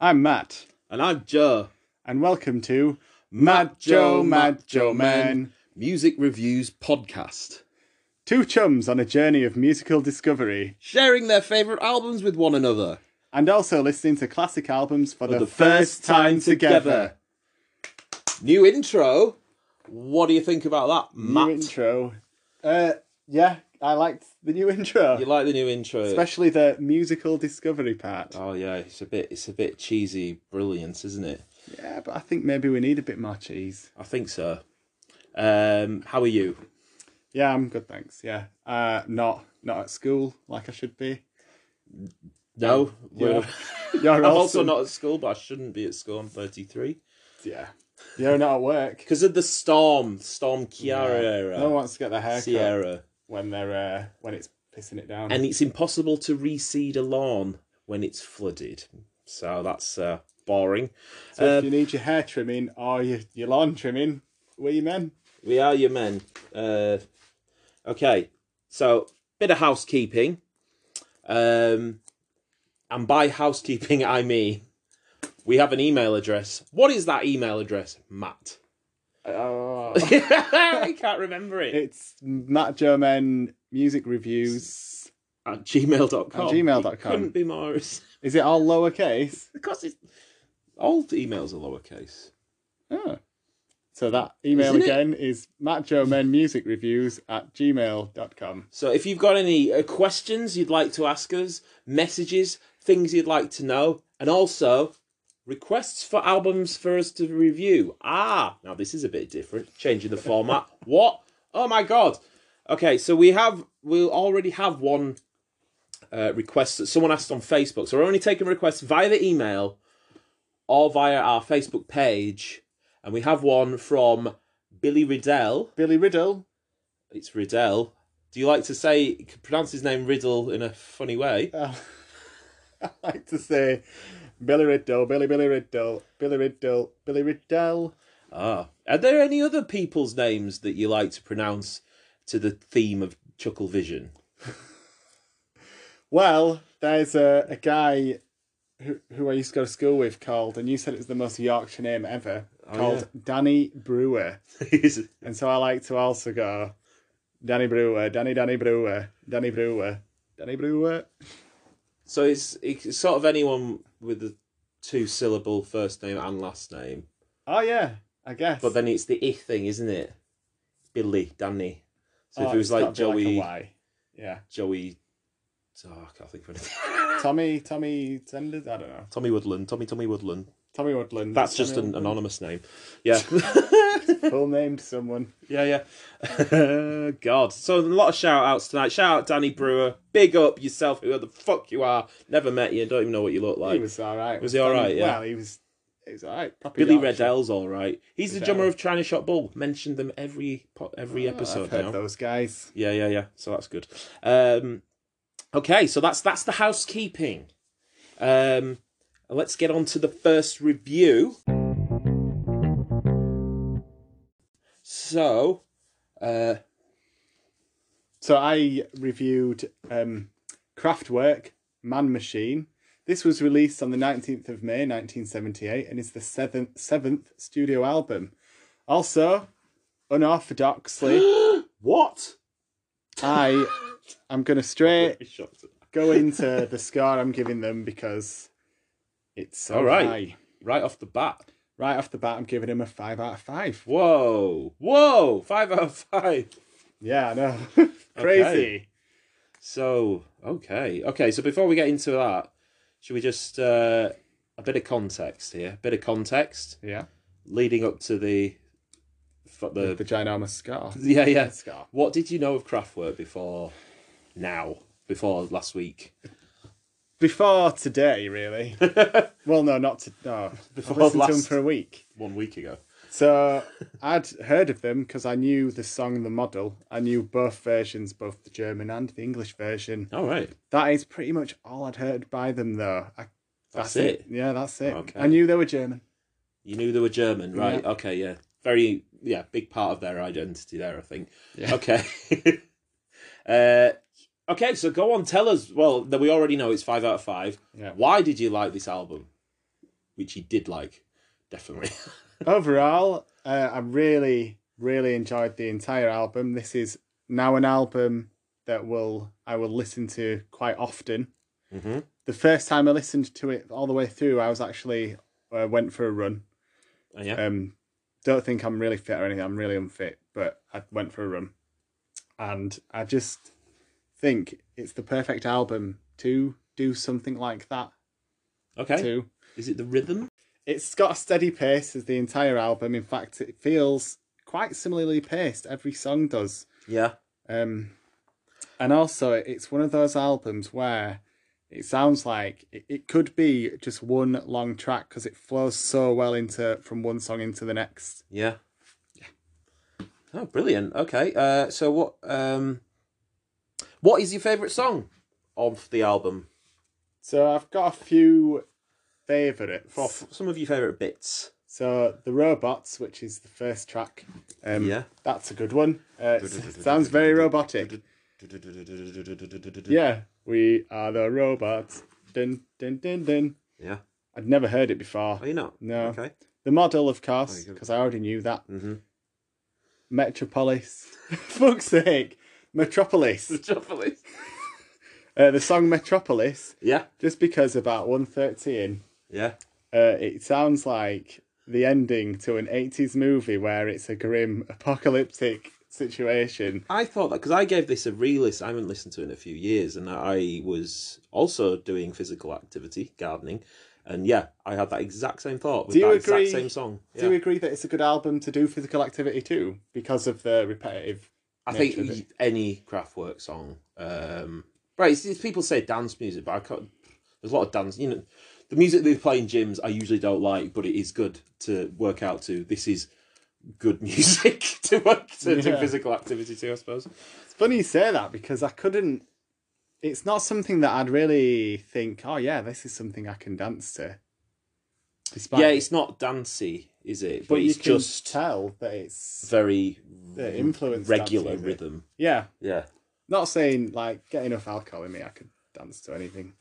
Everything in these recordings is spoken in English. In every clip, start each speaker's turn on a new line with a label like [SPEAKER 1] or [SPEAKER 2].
[SPEAKER 1] I'm Matt,
[SPEAKER 2] And I'm Joe.
[SPEAKER 1] and welcome to Mad Joe, Mad Joe Man.
[SPEAKER 2] Music Reviews Podcast.
[SPEAKER 1] Two chums on a journey of musical discovery,
[SPEAKER 2] Sharing their favourite albums with one another.
[SPEAKER 1] and also listening to classic albums for,
[SPEAKER 2] For the first time together. New intro. What do you think about that,
[SPEAKER 1] New
[SPEAKER 2] Matt?
[SPEAKER 1] intro. Uh, yeah, I liked the new intro,
[SPEAKER 2] You like the new intro?
[SPEAKER 1] especially the musical discovery part.
[SPEAKER 2] oh yeah, it's a bit it's a bit cheesy brilliance, isn't it?
[SPEAKER 1] Yeah, but I think maybe we need a bit more cheese.
[SPEAKER 2] I think so. Um, how are you?
[SPEAKER 1] Yeah, I'm good, thanks. Yeah, uh, not not at school like I should be.
[SPEAKER 2] No, we're-
[SPEAKER 1] You're- You're
[SPEAKER 2] I'm also
[SPEAKER 1] awesome.
[SPEAKER 2] not at school, but I shouldn't be at school. I'm 33
[SPEAKER 1] Yeah, you're not at work.
[SPEAKER 2] because of the storm, storm Kiara era,
[SPEAKER 1] No one wants to get their hair cut.
[SPEAKER 2] Sierra,
[SPEAKER 1] when they're uh, when it's pissing it down.
[SPEAKER 2] and it's impossible to reseed a lawn when it's flooded. So that's uh, boring.
[SPEAKER 1] so
[SPEAKER 2] uh,
[SPEAKER 1] if you need your hair trimming or your, your lawn trimming, where you men?
[SPEAKER 2] We are your men. Uh, okay, so bit of housekeeping. Um, and by housekeeping, I mean we have an email address. What is that email address, Matt?
[SPEAKER 1] Oh.
[SPEAKER 2] Uh, I can't remember it.
[SPEAKER 1] it's Matt German music reviews.
[SPEAKER 2] At gmail.com.
[SPEAKER 1] At gmail.com.
[SPEAKER 2] It Couldn't be more. Of
[SPEAKER 1] Is it all lowercase?
[SPEAKER 2] course, it's, all emails are lowercase.
[SPEAKER 1] Oh. So that email
[SPEAKER 2] Isn't it?
[SPEAKER 1] again is Matt German music reviews at gmail.com.
[SPEAKER 2] So if you've got any uh, questions you'd like to ask us, messages, things you'd like to know, and also requests for albums for us to review. Ah, now this is a bit different, changing the format. what? Oh my god. Okay, so we have we'll already have one uh, request that someone asked on Facebook. So we're only taking requests via the email or via our Facebook page, and we have one from Billy Riddell
[SPEAKER 1] Billy Riddle.
[SPEAKER 2] it's Riddell. Do you like to say pronounce his name Riddle in a funny way?
[SPEAKER 1] Uh, I like to say Billy Riddle, Billy Billy Riddle, Billy Riddle, Billy Riddle.
[SPEAKER 2] Ah, are there any other people's names that you like to pronounce to the theme of Chuckle Vision?
[SPEAKER 1] Well, there's a, a guy who, who I used to go to school with called, and you said it was the most Yorkshire name ever,
[SPEAKER 2] Oh,
[SPEAKER 1] called Danny Brewer. And so I like to also go Danny Brewer, Danny, Danny Brewer, Danny Brewer, Danny Brewer.
[SPEAKER 2] so it's it's sort of anyone with a two syllable first name and last name,
[SPEAKER 1] Oh, yeah, I guess.
[SPEAKER 2] but then it's the ich thing, isn't it? Billy, Danny. So
[SPEAKER 1] Oh,
[SPEAKER 2] if it was
[SPEAKER 1] it's
[SPEAKER 2] like
[SPEAKER 1] gotta be
[SPEAKER 2] Joey,
[SPEAKER 1] a Y. Yeah.
[SPEAKER 2] Joey, oh, I can't think of anything.
[SPEAKER 1] Tommy, Tommy Senders? I don't know.
[SPEAKER 2] Tommy Woodland, Tommy Tommy Woodland.
[SPEAKER 1] Tommy Woodland.
[SPEAKER 2] That's just
[SPEAKER 1] Tommy
[SPEAKER 2] an
[SPEAKER 1] Woodland.
[SPEAKER 2] anonymous name. Yeah.
[SPEAKER 1] Full name to someone.
[SPEAKER 2] Yeah, yeah. God. So a lot of shout outs tonight. Shout out Danny Brewer. Big up yourself, whoever the fuck you are. Never met you, don't even know what you look
[SPEAKER 1] He
[SPEAKER 2] like.
[SPEAKER 1] was all right.
[SPEAKER 2] Was he all right? Yeah.
[SPEAKER 1] Well, he was, he was all right. Proper
[SPEAKER 2] Billy
[SPEAKER 1] Yorkshire.
[SPEAKER 2] Reddell's all right. He's the
[SPEAKER 1] Riddell.
[SPEAKER 2] drummer of China Shot Bull. Mentioned them every po- every
[SPEAKER 1] Oh, I've
[SPEAKER 2] episode
[SPEAKER 1] heard
[SPEAKER 2] now.
[SPEAKER 1] those guys.
[SPEAKER 2] Yeah, yeah, yeah. So that's good. Um, okay, so that's that's the housekeeping. Um, let's get on to the first review. So, uh,
[SPEAKER 1] So I reviewed um, Kraftwerk Man Machine. This was released on the 19th of May 1978 and is the seventh, seventh studio album. Also, unorthodoxly,
[SPEAKER 2] what?
[SPEAKER 1] I am going to straight
[SPEAKER 2] Shocked at that.
[SPEAKER 1] go into the score I'm giving them because it's so
[SPEAKER 2] All right.
[SPEAKER 1] high.
[SPEAKER 2] right off the bat.
[SPEAKER 1] Right off the bat, I'm giving him a 5 out of 5.
[SPEAKER 2] Whoa, whoa, five out of five.
[SPEAKER 1] Yeah, I know. Crazy.
[SPEAKER 2] Okay. So okay, okay. So before we get into that, should we just uh, a bit of context here? bit of context
[SPEAKER 1] Yeah.
[SPEAKER 2] leading up to the f- the,
[SPEAKER 1] The ginormous scar.
[SPEAKER 2] yeah yeah.
[SPEAKER 1] Scar.
[SPEAKER 2] What did you know of Kraftwerk before now? Before last week?
[SPEAKER 1] Before today, really. well, no, not to. No,
[SPEAKER 2] Before
[SPEAKER 1] I've listened to them
[SPEAKER 2] last-
[SPEAKER 1] for a week.
[SPEAKER 2] One week ago.
[SPEAKER 1] So I'd heard of them because I knew the song, the model. I knew both versions, both the German and the English version.
[SPEAKER 2] All right.
[SPEAKER 1] That is pretty much all I'd heard by them, though. I,
[SPEAKER 2] That's it?
[SPEAKER 1] Yeah, that's it.
[SPEAKER 2] Okay.
[SPEAKER 1] I knew they were German.
[SPEAKER 2] You knew they were German, right?
[SPEAKER 1] Yeah.
[SPEAKER 2] Okay, yeah. Very yeah, big part of their identity there, I think.
[SPEAKER 1] Yeah.
[SPEAKER 2] Okay. uh, okay, so go on, tell us. Well, that we already know it's five out of five.
[SPEAKER 1] Yeah.
[SPEAKER 2] Why did you like this album? Which you did like, definitely.
[SPEAKER 1] Overall, uh, I really, really enjoyed the entire album. This is now an album that will I will listen to quite often.
[SPEAKER 2] Mhm.
[SPEAKER 1] The first time I listened to it all the way through, I was actually uh, went for a run.
[SPEAKER 2] Uh, yeah.
[SPEAKER 1] Um, don't think I'm really fit or anything. I'm really unfit, but I went for a run, and I just think it's the perfect album to do something like that
[SPEAKER 2] Okay.
[SPEAKER 1] too.
[SPEAKER 2] Is it the rhythm?
[SPEAKER 1] It's got a steady pace as the entire album. In fact, it feels quite similarly paced. Every song does.
[SPEAKER 2] Yeah.
[SPEAKER 1] Um, and also, it's one of those albums where it sounds like it, it could be just one long track because it flows so well into from one song into the next.
[SPEAKER 2] Yeah. Oh, brilliant. Okay. Uh, so what um what is your favorite song of the album?
[SPEAKER 1] So I've got a few favourites.
[SPEAKER 2] Or f- some of your favorite bits?
[SPEAKER 1] So the robots, which is the first track, um,
[SPEAKER 2] Yeah.
[SPEAKER 1] that's a good one. Uh, it sounds very robotic. Yeah, we are the robots. Dun dun dun dun.
[SPEAKER 2] Yeah.
[SPEAKER 1] I'd never heard it before.
[SPEAKER 2] Are you not?
[SPEAKER 1] No.
[SPEAKER 2] Okay.
[SPEAKER 1] The model, of course,
[SPEAKER 2] Oh, you got-
[SPEAKER 1] because I already knew that.
[SPEAKER 2] Mm-hmm.
[SPEAKER 1] Metropolis. Fuck's sake. Metropolis. Uh, the song Metropolis,
[SPEAKER 2] Yeah.
[SPEAKER 1] just because about 130 in,
[SPEAKER 2] Yeah.
[SPEAKER 1] uh, it sounds like the ending to an 80s movie where it's a grim apocalyptic situation.
[SPEAKER 2] I thought that because I gave this a re-listen. I haven't listened to it in a few years, and I was also doing physical activity, gardening, and yeah, I had that exact same thought with
[SPEAKER 1] Do you
[SPEAKER 2] that
[SPEAKER 1] agree-
[SPEAKER 2] exact same song.
[SPEAKER 1] Do you agree that it's a good album to do physical activity too because of the repetitive?
[SPEAKER 2] I think
[SPEAKER 1] nature of
[SPEAKER 2] y- any Kraftwerk song, um, right? It's, it's people say dance music, but I can't. There's a lot of dance. You know, the music they play in gyms, I usually don't like, but it is good to work out to. This is good music to work to do
[SPEAKER 1] Yeah.
[SPEAKER 2] physical activity to. I suppose.
[SPEAKER 1] It's funny you say that because I couldn't. It's not something that I'd really think. Oh yeah, this is something I can dance to. Despite,
[SPEAKER 2] Yeah, it's not dancey, is it? But,
[SPEAKER 1] but you
[SPEAKER 2] it's
[SPEAKER 1] can
[SPEAKER 2] just
[SPEAKER 1] tell that it's
[SPEAKER 2] very
[SPEAKER 1] the influence
[SPEAKER 2] regular
[SPEAKER 1] dance music.
[SPEAKER 2] rhythm.
[SPEAKER 1] Yeah,
[SPEAKER 2] Yeah.
[SPEAKER 1] not saying like get enough alcohol in me, I could dance to anything.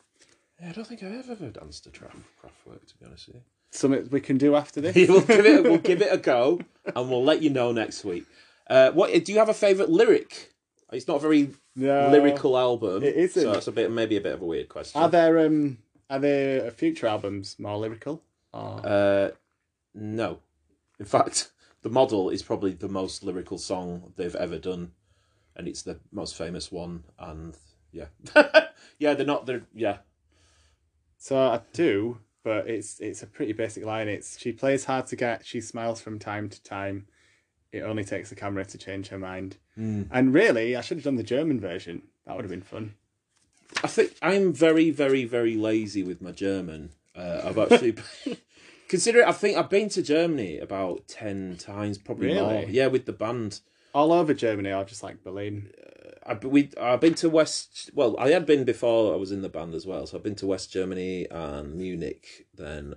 [SPEAKER 2] I don't think I've ever danced a Kraftwerk, to be honest with you.
[SPEAKER 1] Something we can do after this.
[SPEAKER 2] we'll give it we'll give it a go and we'll let you know next week. Uh, what do you have a favourite lyric? It's not a very
[SPEAKER 1] No.
[SPEAKER 2] Uh, lyrical album.
[SPEAKER 1] it isn't.
[SPEAKER 2] So it's a bit maybe a bit of a weird question.
[SPEAKER 1] Are there um are there future albums more lyrical? Or...
[SPEAKER 2] Uh, no. In fact, the model is probably the most lyrical song they've ever done, and it's the most famous one. And yeah, yeah, they're not. They're yeah.
[SPEAKER 1] So I do, but it's it's a pretty basic line. It's she plays hard to get, she smiles from time to time. It only takes a camera to change her mind. And really, I should have done the German version. That would have been fun.
[SPEAKER 2] I think I'm very, very, very lazy with my German. Uh, I've actually consider it. I think I've been to Germany about ten times, probably more.
[SPEAKER 1] Really?
[SPEAKER 2] Yeah, with the band.
[SPEAKER 1] All over Germany, or just like Berlin.
[SPEAKER 2] I've been, we, I've been to West. Well, I had been before I was in the band as well. So I've been to West Germany and Munich, then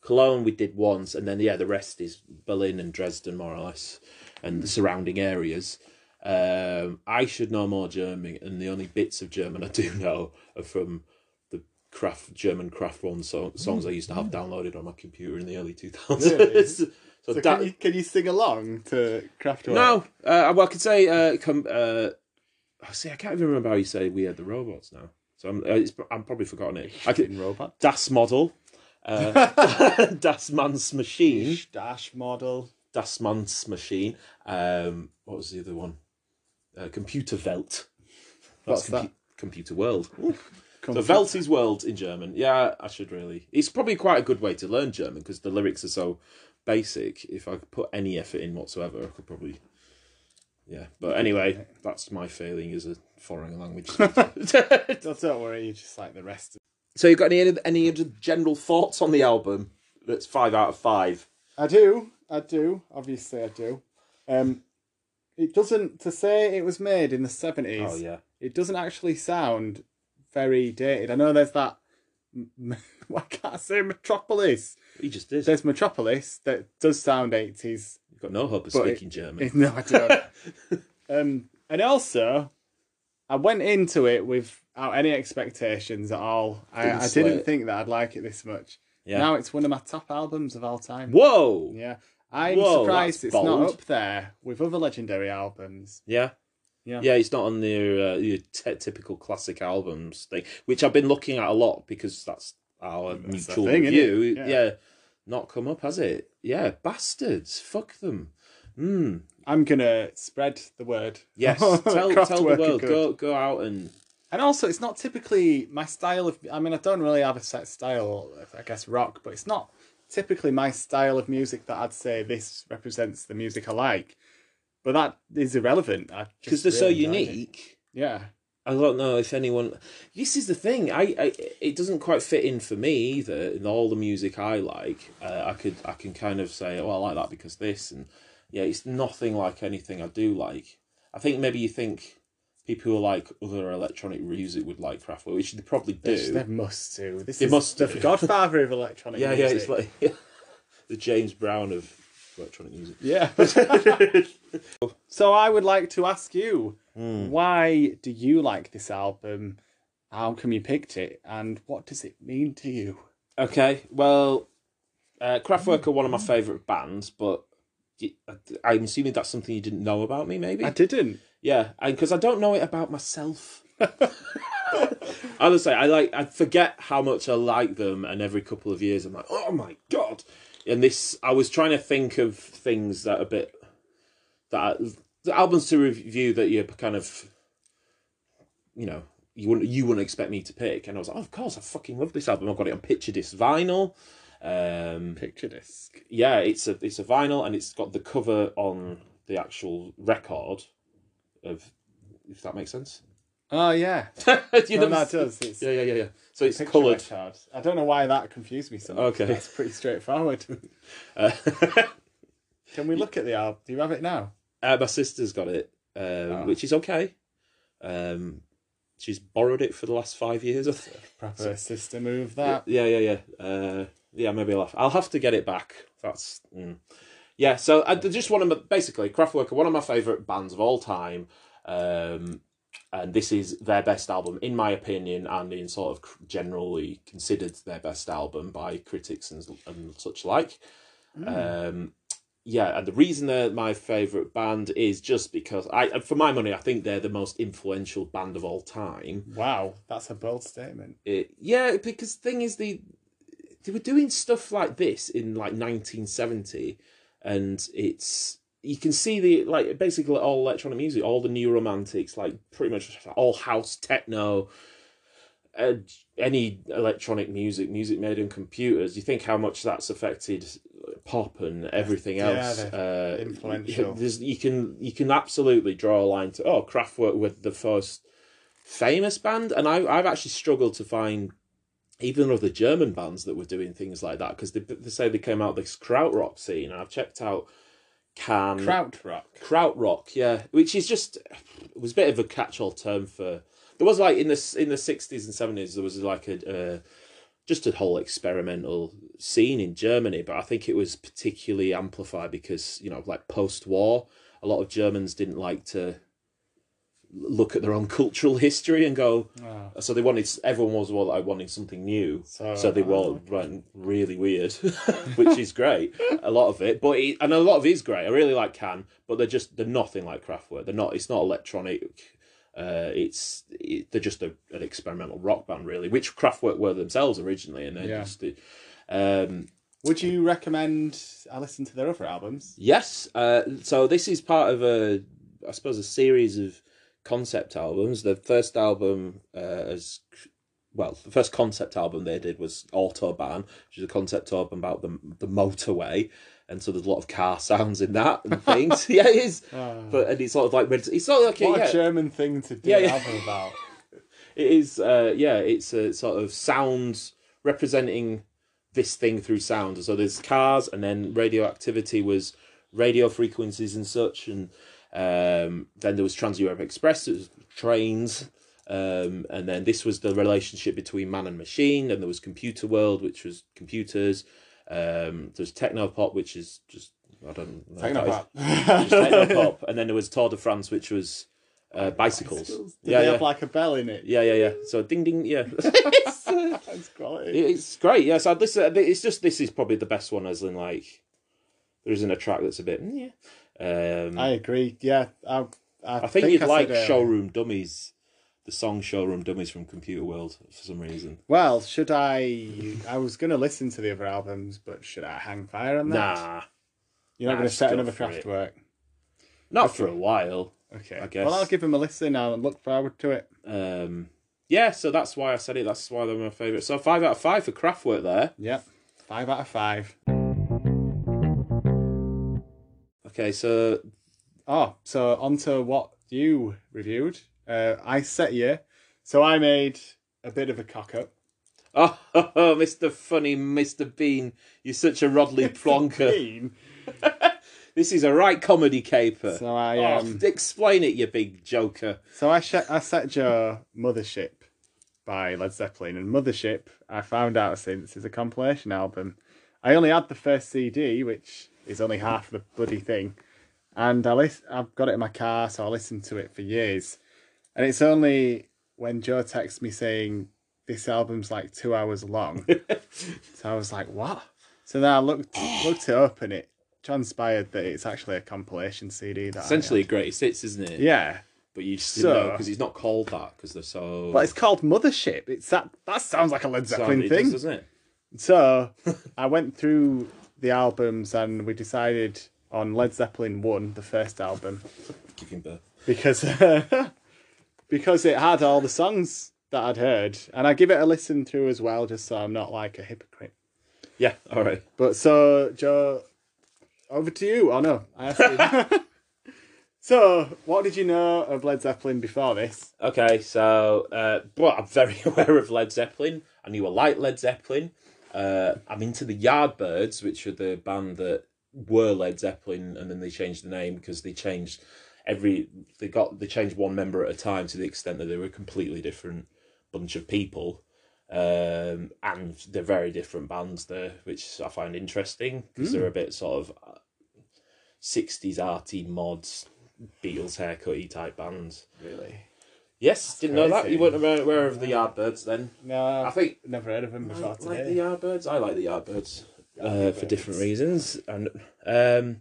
[SPEAKER 2] Cologne. We did once, and then yeah, the rest is Berlin and Dresden, more or less, and the surrounding areas. Um, I should know more German, and the only bits of German I do know are from the craft German craft one so, songs I used to have
[SPEAKER 1] Mm.
[SPEAKER 2] downloaded on my computer in the early two thousands. So,
[SPEAKER 1] So
[SPEAKER 2] that
[SPEAKER 1] can, you, can you sing along to Kraftwerk?
[SPEAKER 2] no, uh, well, I could say, uh, com- uh, oh, see, I can't even remember how you say we had the robots now. So I'm, uh, it's, I'm probably forgotten it. I could
[SPEAKER 1] In robot.
[SPEAKER 2] Das model, uh, Das Man's
[SPEAKER 1] Hmm?
[SPEAKER 2] machine,
[SPEAKER 1] Dash model.
[SPEAKER 2] Das Man's machine. Um, what was the other one? Uh, computer Welt.
[SPEAKER 1] What's that?
[SPEAKER 2] Computer world.
[SPEAKER 1] Come
[SPEAKER 2] The Welt is world in German. Yeah, I should really. It's probably quite a good way to learn German because the lyrics are so basic. If I could put any effort in whatsoever, I could probably. Yeah, but anyway, that's my failing as a foreign language. speaker.
[SPEAKER 1] No, don't worry, you just like the rest.
[SPEAKER 2] so, you got any any other general thoughts on the album? That's five out of five.
[SPEAKER 1] I do, I do. Obviously, I do. Um, it doesn't to say it was made in the seventies.
[SPEAKER 2] Oh yeah,
[SPEAKER 1] It doesn't actually sound very dated. I know there's that. I can't I say Metropolis.
[SPEAKER 2] he just did.
[SPEAKER 1] There's Metropolis that does sound eighties.
[SPEAKER 2] We've got no hope of
[SPEAKER 1] But
[SPEAKER 2] speaking German.
[SPEAKER 1] No, I don't. um, and also, I went into it without any expectations at all. I,
[SPEAKER 2] Didn't
[SPEAKER 1] I
[SPEAKER 2] slay
[SPEAKER 1] didn't
[SPEAKER 2] it.
[SPEAKER 1] think that I'd like it this much.
[SPEAKER 2] Yeah.
[SPEAKER 1] Now it's one of my top albums of all time.
[SPEAKER 2] Whoa.
[SPEAKER 1] Yeah. I'm
[SPEAKER 2] Whoa,
[SPEAKER 1] surprised
[SPEAKER 2] that's
[SPEAKER 1] it's
[SPEAKER 2] bold.
[SPEAKER 1] not up there with other legendary albums.
[SPEAKER 2] Yeah.
[SPEAKER 1] Yeah.
[SPEAKER 2] yeah, it's not on the uh, your t- typical classic albums thing, which I've been looking at a lot because that's our
[SPEAKER 1] That's the
[SPEAKER 2] mutual
[SPEAKER 1] thing, isn't
[SPEAKER 2] review.
[SPEAKER 1] it?
[SPEAKER 2] Yeah.
[SPEAKER 1] Yeah.
[SPEAKER 2] not come up, has it? Yeah, bastards, fuck them. Mm.
[SPEAKER 1] I'm gonna spread the word.
[SPEAKER 2] Yes, tell,
[SPEAKER 1] Kraftwerk
[SPEAKER 2] tell the
[SPEAKER 1] are
[SPEAKER 2] world,
[SPEAKER 1] good.
[SPEAKER 2] go go out and
[SPEAKER 1] And also, it's not typically my style of. I mean, I don't really have a set style. of, I guess rock, but it's not typically my style of music that I'd say this represents the music I like. But that is irrelevant.
[SPEAKER 2] because they're so unique.
[SPEAKER 1] Yeah,
[SPEAKER 2] I don't know if anyone. This is the thing. I, I it doesn't quite fit in for me either. In all the music I like, uh, I could I can kind of say, oh, I like that because this, and yeah, it's nothing like anything I do like. I think maybe you think people who like other electronic music would like Kraftwerk, which they probably
[SPEAKER 1] they,
[SPEAKER 2] do.
[SPEAKER 1] just- they must do. This
[SPEAKER 2] They
[SPEAKER 1] is
[SPEAKER 2] must
[SPEAKER 1] the
[SPEAKER 2] do.
[SPEAKER 1] Godfather of electronic.
[SPEAKER 2] yeah, yeah,
[SPEAKER 1] music.
[SPEAKER 2] it's like the James Brown of electronic music.
[SPEAKER 1] yeah. so I would like to ask you,
[SPEAKER 2] Hmm.
[SPEAKER 1] why do you like this album? How come you picked it, and what does it mean to you?
[SPEAKER 2] Okay, well, uh, Kraftwerk are one of my favourite bands, but y- I- I'm assuming that's something you didn't know about me, maybe.
[SPEAKER 1] I didn't.
[SPEAKER 2] Yeah, because I don't know it about myself. Honestly, I like I forget how much I like them, and every couple of years I'm like, oh my god! And this, I was trying to think of things that a bit that the albums to review that you're kind of, you know, you wouldn't you wouldn't expect me to pick, and I was like, oh, of course, I fucking love this album. I've got it on picture disc vinyl. Um,
[SPEAKER 1] Picture disc.
[SPEAKER 2] yeah, it's a it's a vinyl and it's got the cover on the actual record of if that makes sense.
[SPEAKER 1] Oh yeah.
[SPEAKER 2] you
[SPEAKER 1] No,
[SPEAKER 2] never-
[SPEAKER 1] that does. It's
[SPEAKER 2] Yeah, yeah, yeah, yeah. So it's
[SPEAKER 1] picture
[SPEAKER 2] coloured.
[SPEAKER 1] record. I don't know why that confused me so much.
[SPEAKER 2] Okay.
[SPEAKER 1] That's pretty straightforward.
[SPEAKER 2] Uh,
[SPEAKER 1] Can we look at the album? Do you have it now?
[SPEAKER 2] uh, my sister's got it, um,
[SPEAKER 1] Ah.
[SPEAKER 2] which is okay. Um, she's borrowed it for the last five years, I think.
[SPEAKER 1] Proper sister move that.
[SPEAKER 2] Yeah, yeah, yeah. Uh, yeah, maybe I'll have, I'll have to get it back. That's mm. yeah. So I they're just one of my, basically Kraftwerk are one of my favorite bands of all time, um, and this is their best album in my opinion, and in sort of cr- generally considered their best album by critics and, and such like. Um, yeah, and the reason they're my favorite band is just because I, for my money, I think they're the most influential band of all time
[SPEAKER 1] Wow, that's a bold statement.
[SPEAKER 2] it, yeah, because thing is, the they were doing stuff like this in like 1970, and it's you can see the like basically all electronic music, all the new romantics, like pretty much all house techno, uh, any electronic music, music made on computers. You think how much that's affected pop and everything
[SPEAKER 1] Yeah,
[SPEAKER 2] else.
[SPEAKER 1] they're
[SPEAKER 2] uh,
[SPEAKER 1] influential.
[SPEAKER 2] There's, you can you can absolutely draw a line to oh Kraftwerk with the first famous band, and I I've actually struggled to find even other German bands that were doing things like that because they, they say they came out of this krautrock scene. And I've checked out Can
[SPEAKER 1] Kraut rock.
[SPEAKER 2] krautrock, yeah, which is just it was a bit of a catch-all term for. There was like in the s- in the sixties and seventies, there was like a uh, just a whole experimental scene in Germany, but I think it was particularly amplified because you know, like post-war, a lot of Germans didn't like to look at their own cultural history and go.
[SPEAKER 1] Oh.
[SPEAKER 2] So they wanted everyone was well, like wanting something new.
[SPEAKER 1] So-
[SPEAKER 2] So, they were
[SPEAKER 1] oh,
[SPEAKER 2] went really weird, which is great. A lot of it, but it, and a lot of it is great. I really like Can, but they're just they're nothing like Kraftwerk. They're not. It's not electronic. Uh, it's it, they're just a, an experimental rock band, really, which Kraftwerk were themselves originally, and then
[SPEAKER 1] Yeah.
[SPEAKER 2] just. did- Um,
[SPEAKER 1] Would you recommend I listen to their other albums?
[SPEAKER 2] Yes. Uh, so this is part of a, I suppose, a series of concept albums. The first album, uh, as well, the first concept album they did was Autobahn, which is a concept album about the the motorway, and so there's a lot of car sounds in that and things. yeah, it is. But and it's sort of like it's sort of like a-
[SPEAKER 1] Ah. What
[SPEAKER 2] yeah,
[SPEAKER 1] a German thing to do
[SPEAKER 2] Yeah,
[SPEAKER 1] an
[SPEAKER 2] yeah.
[SPEAKER 1] album about.
[SPEAKER 2] it is uh yeah it's a sort of sound representing this thing through sound so there's cars and then radioactivity was radio frequencies and such and um then there was trans europe express it was trains um and then this was the relationship between man and machine and there was computer world which was computers um there's techno pop which is just I don't know.
[SPEAKER 1] Technopop.
[SPEAKER 2] Technopop. and then there was Tour de France, which was uh, bicycles.
[SPEAKER 1] Did
[SPEAKER 2] Yeah,
[SPEAKER 1] they
[SPEAKER 2] yeah.
[SPEAKER 1] have like a bell in it?
[SPEAKER 2] yeah, yeah, yeah. So ding ding, yeah.
[SPEAKER 1] That's quality.
[SPEAKER 2] It's great. Yes, I'd listen. It's just this is probably the best one, as in like there isn't a track that's a bit. mm, Yeah. Um,
[SPEAKER 1] I
[SPEAKER 2] I,
[SPEAKER 1] agree. Yeah, I, I,
[SPEAKER 2] think, you'd
[SPEAKER 1] I said uh,
[SPEAKER 2] like
[SPEAKER 1] earlier.
[SPEAKER 2] Showroom Dummies, the song Showroom Dummies from Computer World for some reason.
[SPEAKER 1] Well, should I? I was going to listen to the other albums, but should I hang fire on that?
[SPEAKER 2] Nah,
[SPEAKER 1] You're not
[SPEAKER 2] nah,
[SPEAKER 1] going to set
[SPEAKER 2] just go
[SPEAKER 1] another
[SPEAKER 2] for it.
[SPEAKER 1] craft work.
[SPEAKER 2] not for a while.
[SPEAKER 1] Okay.
[SPEAKER 2] I guess.
[SPEAKER 1] Well, I'll give them a listen. I'll look forward to it.
[SPEAKER 2] Um, yeah, so that's why I said it. That's why they're my favourite. So five out of five for Kraftwerk there.
[SPEAKER 1] Yep. Five out of five.
[SPEAKER 2] Okay, so
[SPEAKER 1] Oh, so on to what you reviewed. Uh, I set you. So I made a bit of a cock up.
[SPEAKER 2] oh, Mr. Funny, Mr. Bean, you're such a Rodley Plonker.
[SPEAKER 1] Bean.
[SPEAKER 2] This is a right comedy caper.
[SPEAKER 1] So I
[SPEAKER 2] Oh,
[SPEAKER 1] um,
[SPEAKER 2] explain it, you big joker.
[SPEAKER 1] so I sh- I set your Mothership by Led Zeppelin, and Mothership I found out since is a compilation album. I only had the first CD, which is only half the bloody thing, and I lis- I've got it in my car, so I listened to it for years. And it's only when Joe texts me saying this album's like two hours long, so I was like, what? So then I looked looked it up, and it transpired that it's actually a compilation CD. That I
[SPEAKER 2] Essentially,
[SPEAKER 1] had.
[SPEAKER 2] greatest hits, isn't it?
[SPEAKER 1] yeah.
[SPEAKER 2] But you just
[SPEAKER 1] So-
[SPEAKER 2] didn't know because he's not called that because they're so.
[SPEAKER 1] But it's called Mothership. It's that that sounds like a Led
[SPEAKER 2] so-
[SPEAKER 1] Zeppelin
[SPEAKER 2] it
[SPEAKER 1] thing.
[SPEAKER 2] does, doesn't it?
[SPEAKER 1] So I went through the albums and we decided on Led Zeppelin one, the first album,
[SPEAKER 2] Giving birth.
[SPEAKER 1] because because it had all the songs that I'd heard, and I give it a listen through as well, just so I'm not like a hypocrite.
[SPEAKER 2] Yeah, all right.
[SPEAKER 1] But so Joe, over to you. Oh no, I asked you. So, what did you know of Led Zeppelin before this?
[SPEAKER 2] Okay, so uh, but I'm very aware of Led Zeppelin. I knew I liked Led Zeppelin. Uh, I'm into the Yardbirds, which are the band that were Led Zeppelin, and then they changed the name because they changed every they got they changed one member at a time to the extent that they were a completely different bunch of people. Um, and they're very different bands there, which I find interesting because they're a bit sort of uh, 60s arty mods, Beatles haircutty type bands.
[SPEAKER 1] Really?
[SPEAKER 2] Yes, didn't know that.
[SPEAKER 1] crazy.
[SPEAKER 2] You weren't aware, aware of the Yardbirds then.
[SPEAKER 1] No,
[SPEAKER 2] I
[SPEAKER 1] I've
[SPEAKER 2] think
[SPEAKER 1] never heard of him
[SPEAKER 2] I
[SPEAKER 1] before
[SPEAKER 2] like the
[SPEAKER 1] today.
[SPEAKER 2] Yardbirds. I like the Yardbirds uh, for different reasons, and um,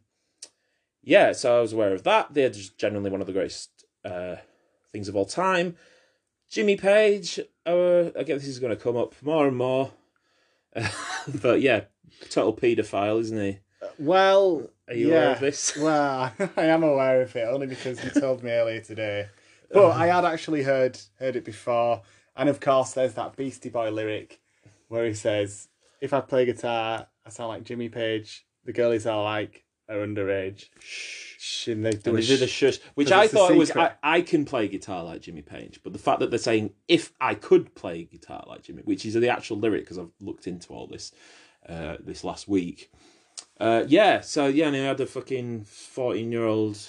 [SPEAKER 2] yeah, so I was aware of that. They're just generally one of the greatest uh, things of all time. Jimmy Page. Uh, I guess this is going to come up more and more, but yeah, total paedophile, isn't he?
[SPEAKER 1] Well,
[SPEAKER 2] Are you
[SPEAKER 1] yeah.
[SPEAKER 2] aware of this?
[SPEAKER 1] well, I am aware of it only because you told me earlier today. But I had actually heard heard it before, and of course, there's that Beastie Boy lyric where he says, "If I play guitar, I sound like Jimmy Page. The girlies I like are underage." Shh, and they do
[SPEAKER 2] And
[SPEAKER 1] a
[SPEAKER 2] they did a
[SPEAKER 1] shh.
[SPEAKER 2] shush, which
[SPEAKER 1] 'Cause
[SPEAKER 2] I
[SPEAKER 1] it's a
[SPEAKER 2] thought was I,
[SPEAKER 1] secret.
[SPEAKER 2] I can play guitar like Jimmy Page, but the fact that they're saying if I could play guitar like Jimmy, which is the actual lyric because I've looked into all this uh, this last week. Uh, yeah, so yeah, and I had a fucking fourteen year old.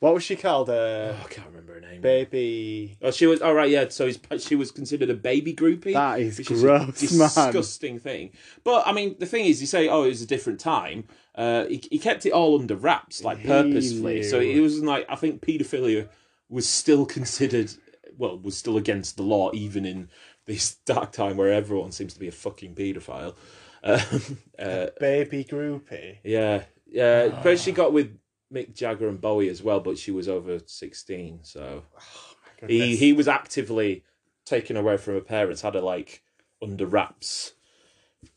[SPEAKER 1] What was she called? Uh,
[SPEAKER 2] Oh, I can't remember her name.
[SPEAKER 1] baby.
[SPEAKER 2] Oh, she was all right. Yeah, so he's, she was considered a baby groupie.
[SPEAKER 1] That is
[SPEAKER 2] which is
[SPEAKER 1] gross,
[SPEAKER 2] a
[SPEAKER 1] man.
[SPEAKER 2] disgusting thing. But I mean, the thing is, you say, "Oh, it was a different time." Uh, he, he kept it all under wraps, like
[SPEAKER 1] He
[SPEAKER 2] purposefully. So
[SPEAKER 1] knew.
[SPEAKER 2] it wasn't like I think paedophilia was still considered, well, was still against the law, even in this dark time where everyone seems to be a fucking paedophile. Uh, uh,
[SPEAKER 1] Baby groupie.
[SPEAKER 2] yeah, yeah.
[SPEAKER 1] Ah.
[SPEAKER 2] But she got with Mick Jagger and Bowie as well, but she was over sixteen, so he
[SPEAKER 1] Oh Goodness.
[SPEAKER 2] he was actively taken away from her parents, had her like under wraps,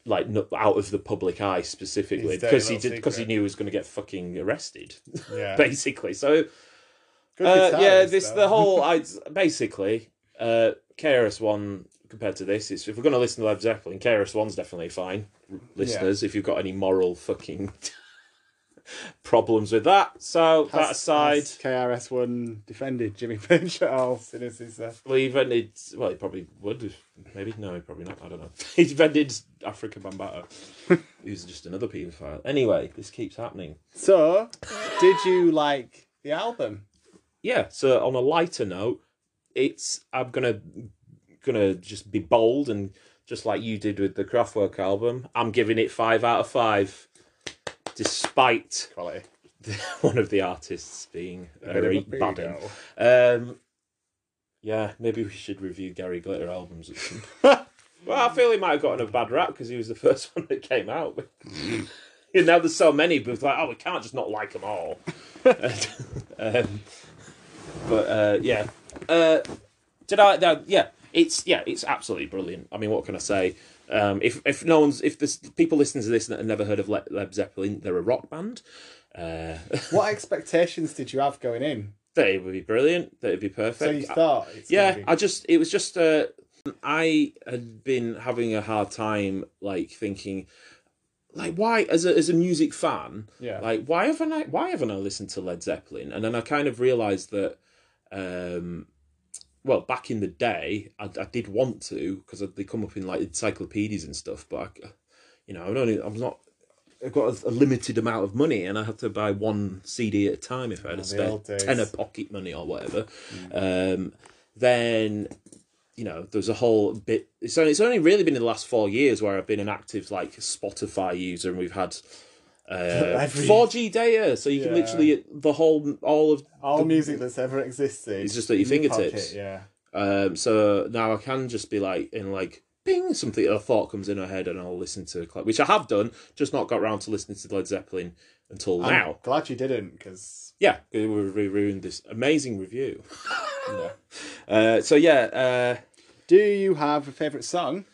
[SPEAKER 2] like no, out of the public eye specifically
[SPEAKER 1] His dirty
[SPEAKER 2] because he
[SPEAKER 1] little
[SPEAKER 2] did because he
[SPEAKER 1] secret.
[SPEAKER 2] knew he was going to get fucking arrested,
[SPEAKER 1] yeah.
[SPEAKER 2] basically. So
[SPEAKER 1] Good
[SPEAKER 2] uh, yeah,
[SPEAKER 1] guitarist,
[SPEAKER 2] this
[SPEAKER 1] though.
[SPEAKER 2] the whole I basically uh, KRS One compared to this. It's, if we're going to listen to Led Zeppelin, KRS One's definitely fine, r- listeners. If you've got any moral fucking problems with that, so that
[SPEAKER 1] Has-
[SPEAKER 2] aside,
[SPEAKER 1] has KRS One defended Jimmy Page at all since he's uh,
[SPEAKER 2] well, he invented. Well, he probably would. if- Maybe no, probably not. I don't know. He invented Africa Bambata. Who's just another paedophile. Anyway, this keeps happening.
[SPEAKER 1] So, did you like the album?
[SPEAKER 2] yeah so on a lighter note it's i'm gonna gonna just be bold and just like you did with the kraftwerk album i'm giving it five out of five despite
[SPEAKER 1] Quality.
[SPEAKER 2] one of the artists being
[SPEAKER 1] A bit of
[SPEAKER 2] very
[SPEAKER 1] a
[SPEAKER 2] bad.
[SPEAKER 1] weirdo.
[SPEAKER 2] Um, yeah, maybe we should review Gary Glitter albums. At some... well, I feel he might have gotten a bad rap because he was the first one that came out. you know, there's so many, but it's like, oh, we can't just not like them all. um, but uh, yeah, uh, did I? no, yeah, it's yeah, it's absolutely brilliant. I mean, what can I say? Um, if if no one's if there's people listening to this and have never heard of Le- Led Zeppelin, they're a rock band. Uh,
[SPEAKER 1] What expectations did you have going in?
[SPEAKER 2] they would be brilliant. They'd be perfect.
[SPEAKER 1] So you thought it's gonna
[SPEAKER 2] Uh, yeah
[SPEAKER 1] be-
[SPEAKER 2] i just it was just uh i had been having a hard time like thinking like why as a as a music fan
[SPEAKER 1] Yeah.
[SPEAKER 2] like why haven't i why haven't i listened to led zeppelin and then i kind of realized that um well back in the day i, I did want to because they come up in like encyclopedias and stuff but I, you know i'm only i'm not I've got a, a limited amount of money, and I have to buy one CD at a time if I had
[SPEAKER 1] Oh,
[SPEAKER 2] to
[SPEAKER 1] the
[SPEAKER 2] spare
[SPEAKER 1] old days. Mm.
[SPEAKER 2] tenner pocket money or whatever. Um, then you know there's a whole bit. It's only, it's only really been in the last four years where I've been an active like Spotify user, and we've had uh,
[SPEAKER 1] Every-
[SPEAKER 2] 4G data, so you can
[SPEAKER 1] Yeah.
[SPEAKER 2] literally the whole all of
[SPEAKER 1] all music that's ever existed.
[SPEAKER 2] It's just at your
[SPEAKER 1] in
[SPEAKER 2] fingertips.
[SPEAKER 1] pocket, yeah.
[SPEAKER 2] um, so now I can just be like in like ping something a thought comes in her head and I'll listen to it, which I have done, just not got round to listening to Led Zeppelin until
[SPEAKER 1] I'm
[SPEAKER 2] now.
[SPEAKER 1] glad you didn't, because
[SPEAKER 2] Yeah, we we ruined this amazing review.
[SPEAKER 1] yeah.
[SPEAKER 2] Uh, so yeah, uh,
[SPEAKER 1] Do you have a favourite song?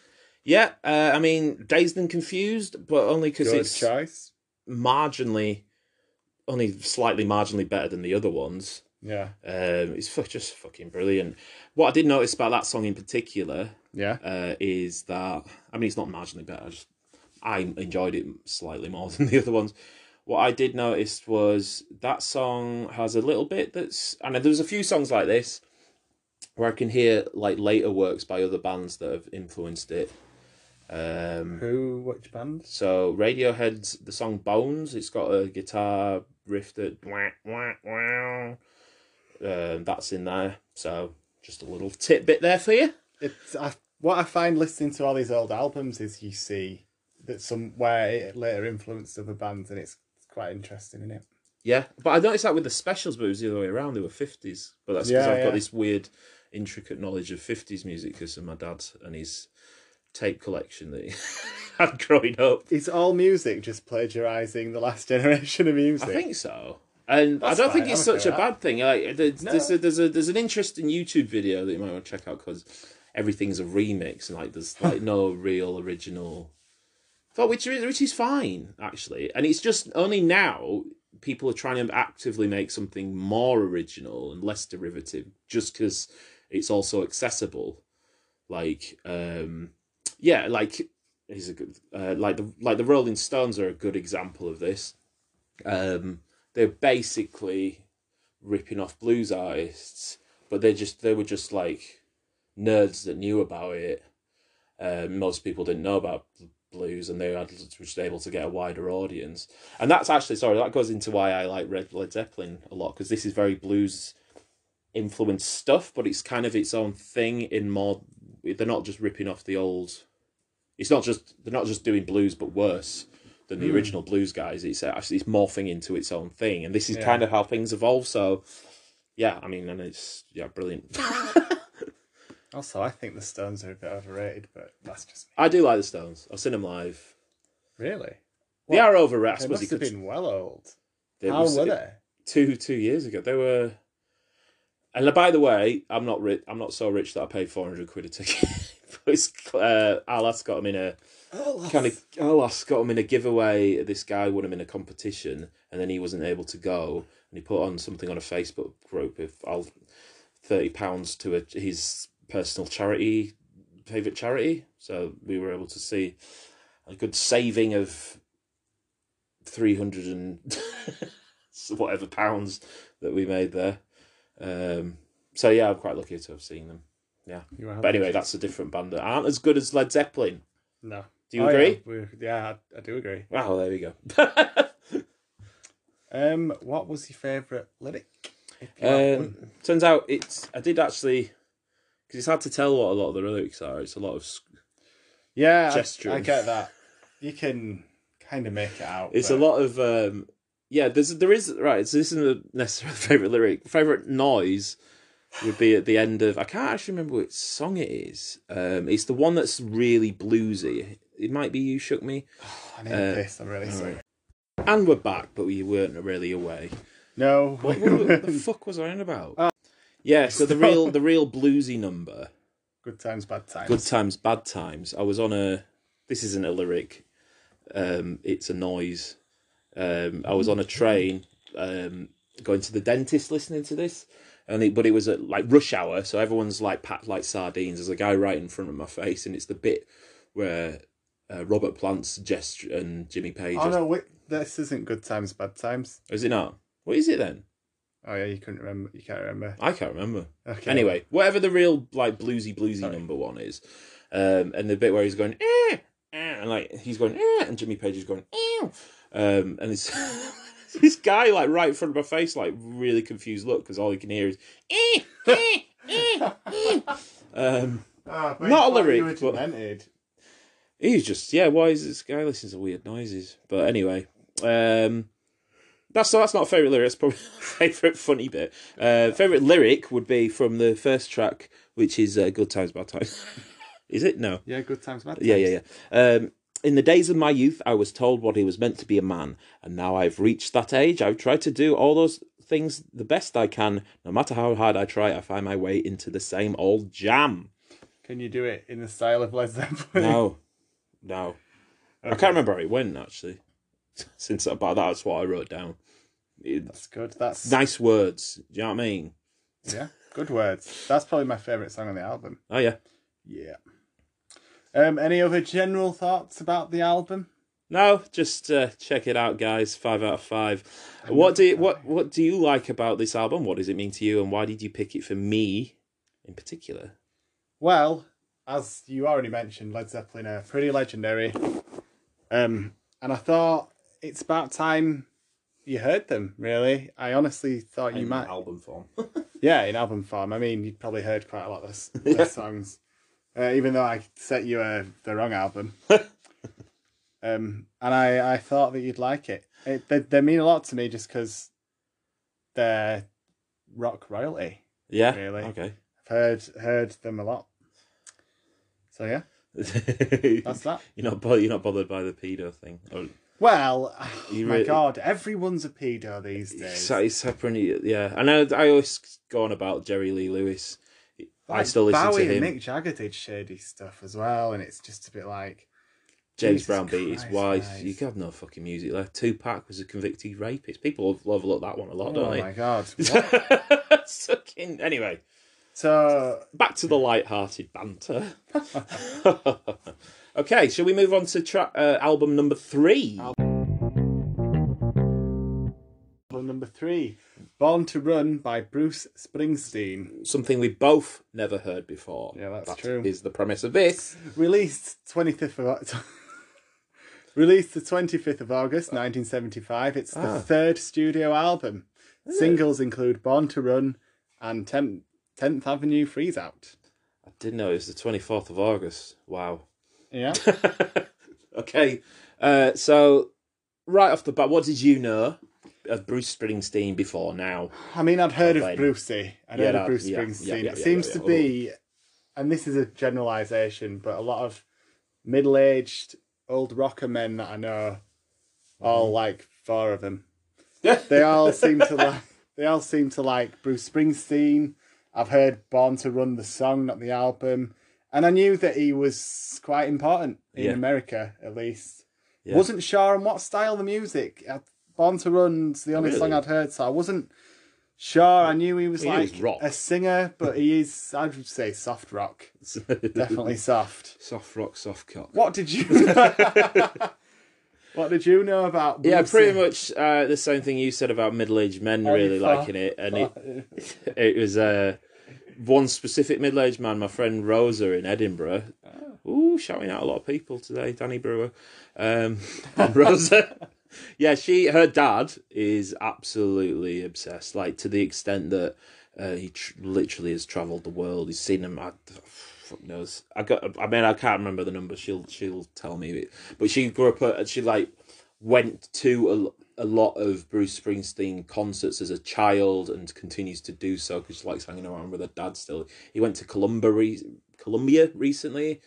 [SPEAKER 2] yeah. Uh, I mean, dazed and confused, but only because
[SPEAKER 1] Good
[SPEAKER 2] it's
[SPEAKER 1] choice.
[SPEAKER 2] marginally, only slightly marginally better than the other ones.
[SPEAKER 1] Yeah.
[SPEAKER 2] Um, it's fu- just fucking brilliant. What I did notice about that song in particular
[SPEAKER 1] Yeah.
[SPEAKER 2] uh, is that I mean it's not marginally better. I, just, I enjoyed it slightly more than the other ones. What I did notice was that song has a little bit that's and there was a few songs like this where I can hear like later works by other bands that have influenced it. Um,
[SPEAKER 1] Who? Which band?
[SPEAKER 2] so Radiohead's the song Bones. It's got a guitar riff that wah, wah, wah. Um, that's in there. So just a little tidbit there for you.
[SPEAKER 1] It's I, what I find listening to all these old albums is you see that somewhere it later influenced other bands, and it's, it's quite interesting, isn't it?
[SPEAKER 2] Yeah, but I noticed that with the specials, but it was the other way around. They were fifties, but that's because
[SPEAKER 1] Yeah,
[SPEAKER 2] I've
[SPEAKER 1] yeah.
[SPEAKER 2] got this weird, intricate knowledge of fifties music because of my dad and his tape collection that he had growing up.
[SPEAKER 1] It's all music just plagiarising the last generation of music.
[SPEAKER 2] I think so. And
[SPEAKER 1] That's
[SPEAKER 2] I don't
[SPEAKER 1] fine,
[SPEAKER 2] think it's
[SPEAKER 1] I'm okay
[SPEAKER 2] such a
[SPEAKER 1] with
[SPEAKER 2] bad thing. Like there's,
[SPEAKER 1] No.
[SPEAKER 2] there's, a, there's a there's an interesting YouTube video that you might want to check out because everything's a remix and like there's like no real original. But which is which is fine actually, and it's just only now people are trying to actively make something more original and less derivative, just because it's also accessible. Like um, yeah, like he's a good uh, like the like the Rolling Stones are a good example of this. Um, they're basically ripping off blues artists, but they just they were just like nerds that knew about it. Uh, most people didn't know about bl- blues, and they had were just able to get a wider audience. And that's actually sorry that goes into why I like Red Led Zeppelin a lot because this is very blues influenced stuff, but it's kind of its own thing. In more, they're not just ripping off the old. It's not just they're not just doing blues, but worse than
[SPEAKER 1] Hmm.
[SPEAKER 2] the original blues guys. It's actually it's morphing into its own thing, and this is
[SPEAKER 1] Yeah.
[SPEAKER 2] kind of how things evolve. So, yeah, I mean, and it's yeah, brilliant.
[SPEAKER 1] Also, I think the Stones are a bit overrated, but that's just
[SPEAKER 2] I do like the Stones. I've seen them live.
[SPEAKER 1] me. Really?
[SPEAKER 2] They
[SPEAKER 1] Well,
[SPEAKER 2] are overrated.
[SPEAKER 1] They
[SPEAKER 2] I suppose you
[SPEAKER 1] must have
[SPEAKER 2] could.
[SPEAKER 1] been well old.
[SPEAKER 2] they
[SPEAKER 1] How
[SPEAKER 2] was-
[SPEAKER 1] were they?
[SPEAKER 2] two two years ago. They were. And by the way, I'm not rich. I'm not so rich that I paid four hundred quid a ticket. but it's uh, Alas got them in a
[SPEAKER 1] Oh,
[SPEAKER 2] kind of Alas got them in a giveaway. This guy won them in a competition, and then he wasn't able to go. And he put on something on a Facebook group of I'll thirty pounds to a, his personal charity favorite charity. So we were able to see a good saving of three hundred and whatever pounds that we made there. Um, so yeah, I'm quite lucky to have seen them. But anyway, that's a different band that aren't as good as Led Zeppelin.
[SPEAKER 1] no.
[SPEAKER 2] Do you
[SPEAKER 1] Oh,
[SPEAKER 2] agree?
[SPEAKER 1] Yeah, we're- yeah, I, I do agree.
[SPEAKER 2] Wow, there we go.
[SPEAKER 1] Um, what was your favourite lyric? If you had
[SPEAKER 2] um,
[SPEAKER 1] one.
[SPEAKER 2] turns out it's I did actually because it's hard to tell what a lot of the lyrics are. It's a lot of sc-
[SPEAKER 1] yeah, I-
[SPEAKER 2] gesturing.
[SPEAKER 1] I, get that. You can kind of make it out.
[SPEAKER 2] It's a
[SPEAKER 1] but-
[SPEAKER 2] lot of um yeah, there's there is right, so this isn't necessarily favourite lyric. Favourite noise would be at the end of I can't actually remember which song it is. Um it's the one that's really bluesy. It might be You Shook Me.
[SPEAKER 1] I need
[SPEAKER 2] uh,
[SPEAKER 1] this. I'm really sorry.
[SPEAKER 2] And we're back, but we weren't really away.
[SPEAKER 1] No.
[SPEAKER 2] What, what, the fuck was I on about?
[SPEAKER 1] Ah.
[SPEAKER 2] yeah, so the real the real bluesy number,
[SPEAKER 1] Good times, bad times.
[SPEAKER 2] good times, bad times. I was on a this isn't a lyric, um, it's a noise. Um, I was on a train, um, going to the dentist, listening to this, and it, but it was at like rush hour, so everyone's like packed like sardines. There's a guy right in front of my face, and it's the bit where uh, Robert Plant's gesture and Jimmy Page.
[SPEAKER 1] Oh no, wait, this isn't good times, bad times.
[SPEAKER 2] Is it not? What is it then?
[SPEAKER 1] Oh yeah, you couldn't remember. You can't remember.
[SPEAKER 2] I can't remember.
[SPEAKER 1] Okay.
[SPEAKER 2] Anyway, whatever the real like bluesy bluesy
[SPEAKER 1] Sorry.
[SPEAKER 2] number one is, um, and the bit where he's going eh, eh, and like he's going eh, and Jimmy Page is going eh, um, and it's this guy like right in front of my face like really confused look because all he can hear is eh, eh, eh, eh. Um,
[SPEAKER 1] Ah, but
[SPEAKER 2] Not a
[SPEAKER 1] it's what
[SPEAKER 2] lyric,
[SPEAKER 1] You were
[SPEAKER 2] but-
[SPEAKER 1] demented.
[SPEAKER 2] he's just yeah. Why is this guy listening to weird noises? But anyway, um, that's so that's not a favorite lyric. That's probably favorite funny bit. Uh, favorite lyric would be from the first track, which is uh, "Good Times, Bad Times." is it no?
[SPEAKER 1] Yeah, good times, bad times.
[SPEAKER 2] Yeah, yeah, yeah. Um, in the days of my youth, I was told what it was meant to be a man, and now I've reached that age. I've tried to do all those things the best I can. No matter how hard I try, I find my way into the same old jam.
[SPEAKER 1] Can you do it in the style of Led Zeppelin?
[SPEAKER 2] No, no, I can't remember how it went actually. Since about that, that's what I wrote down. It-
[SPEAKER 1] That's good. That's
[SPEAKER 2] nice words. Do you know what I mean?
[SPEAKER 1] yeah. Good words. That's probably my favorite song on the album.
[SPEAKER 2] Oh yeah.
[SPEAKER 1] Yeah. Um, any other general thoughts about the album?
[SPEAKER 2] No, just uh, check it out, guys. Five out of five. What do you, what what do you like about this album? What does it mean to you, and why did you pick it for me in particular?
[SPEAKER 1] Well, as you already mentioned, Led Zeppelin are pretty legendary. Um, and I thought it's about time you heard them. Really, I honestly thought you might.
[SPEAKER 2] album form.
[SPEAKER 1] Yeah, in album form. I mean, you'd probably heard quite a lot of s- their songs, uh, even though I set you uh, the wrong album. um, and I, I thought that you'd like it. it they, they mean a lot to me just because they're rock royalty.
[SPEAKER 2] yeah.
[SPEAKER 1] Really?
[SPEAKER 2] Okay.
[SPEAKER 1] I've heard heard them a lot. So yeah, that's that.
[SPEAKER 2] you're not bo- you're not bothered by the pedo thing. Oh, Or,
[SPEAKER 1] Well, oh
[SPEAKER 2] You
[SPEAKER 1] my
[SPEAKER 2] really-
[SPEAKER 1] God, everyone's a pedo these days.
[SPEAKER 2] it's, it's happening. Yeah. I know. I always go on about Jerry Lee Lewis. I
[SPEAKER 1] Like,
[SPEAKER 2] still listen
[SPEAKER 1] Bowie
[SPEAKER 2] to him.
[SPEAKER 1] and Mick Jagger did shady stuff as well, and it's just a bit like.
[SPEAKER 2] James
[SPEAKER 1] Jesus
[SPEAKER 2] Brown beat his
[SPEAKER 1] Christ,
[SPEAKER 2] wife.
[SPEAKER 1] guys.
[SPEAKER 2] You have no fucking music left. Tupac was a convicted rapist. People overlook that one a lot,
[SPEAKER 1] Oh
[SPEAKER 2] don't they?
[SPEAKER 1] my god. What?
[SPEAKER 2] Sucking. Anyway,
[SPEAKER 1] so
[SPEAKER 2] back to the light-hearted banter. okay, shall we move on to track uh, album number three?
[SPEAKER 1] Album number three, Born to Run by Bruce Springsteen,
[SPEAKER 2] Something we both never heard before.
[SPEAKER 1] Yeah, that's
[SPEAKER 2] That
[SPEAKER 1] true.
[SPEAKER 2] Is the premise of this?
[SPEAKER 1] released twenty fifth of Au- released the twenty fifth of August, nineteen seventy five. It's the
[SPEAKER 2] Ah.
[SPEAKER 1] third studio album. Singles include Born to Run and 10th, 10th Avenue Freeze Out.
[SPEAKER 2] I didn't know it was the twenty-fourth of August. Wow.
[SPEAKER 1] Yeah,
[SPEAKER 2] okay, uh, so right off the bat, what did you know of Bruce Springsteen before now?
[SPEAKER 1] I mean, I'd heard
[SPEAKER 2] Fine.
[SPEAKER 1] of Brucey. I'd
[SPEAKER 2] Yeah,
[SPEAKER 1] heard
[SPEAKER 2] that-
[SPEAKER 1] of Bruce
[SPEAKER 2] yeah, yeah,
[SPEAKER 1] Springsteen.
[SPEAKER 2] yeah,
[SPEAKER 1] it
[SPEAKER 2] yeah,
[SPEAKER 1] seems
[SPEAKER 2] yeah,
[SPEAKER 1] to
[SPEAKER 2] yeah.
[SPEAKER 1] be, and this is a generalization, but a lot of middle aged old rocker men that I know,
[SPEAKER 2] Mm-hmm.
[SPEAKER 1] all like four of them. they all seem to like. They all seem to like Bruce Springsteen. I've heard Born to Run the song, not the album, and I knew that he was quite important in
[SPEAKER 2] Yeah.
[SPEAKER 1] America, at least.
[SPEAKER 2] Yeah.
[SPEAKER 1] Wasn't sure on what style the music. I- Born to Run's the only
[SPEAKER 2] Really?
[SPEAKER 1] song I'd heard, so I wasn't sure. I knew he was
[SPEAKER 2] Well, he
[SPEAKER 1] like
[SPEAKER 2] is rock.
[SPEAKER 1] a singer, but he is. I'd say soft rock, definitely soft.
[SPEAKER 2] Soft rock, soft cock.
[SPEAKER 1] What did you? what did you know about?
[SPEAKER 2] Yeah,
[SPEAKER 1] Brucey?
[SPEAKER 2] pretty much uh, the same thing you said about middle-aged men
[SPEAKER 1] you
[SPEAKER 2] really
[SPEAKER 1] fuck.
[SPEAKER 2] liking it, and it it was uh, one specific middle-aged man, my friend Rosa in Edinburgh. Ooh, shouting out a lot of people today, Danny Brewer, um, Rosa. yeah, she her dad is absolutely obsessed, like to the extent that uh, he tr- literally has travelled the world. He's seen him. I, fuck knows. I got. I mean, I can't remember the number. She'll she'll tell me. But she grew up. at- She like went to a, a lot of Bruce Springsteen concerts as a child and continues to do so because she likes hanging around with her dad still. He went to Columbia, re- Columbia recently.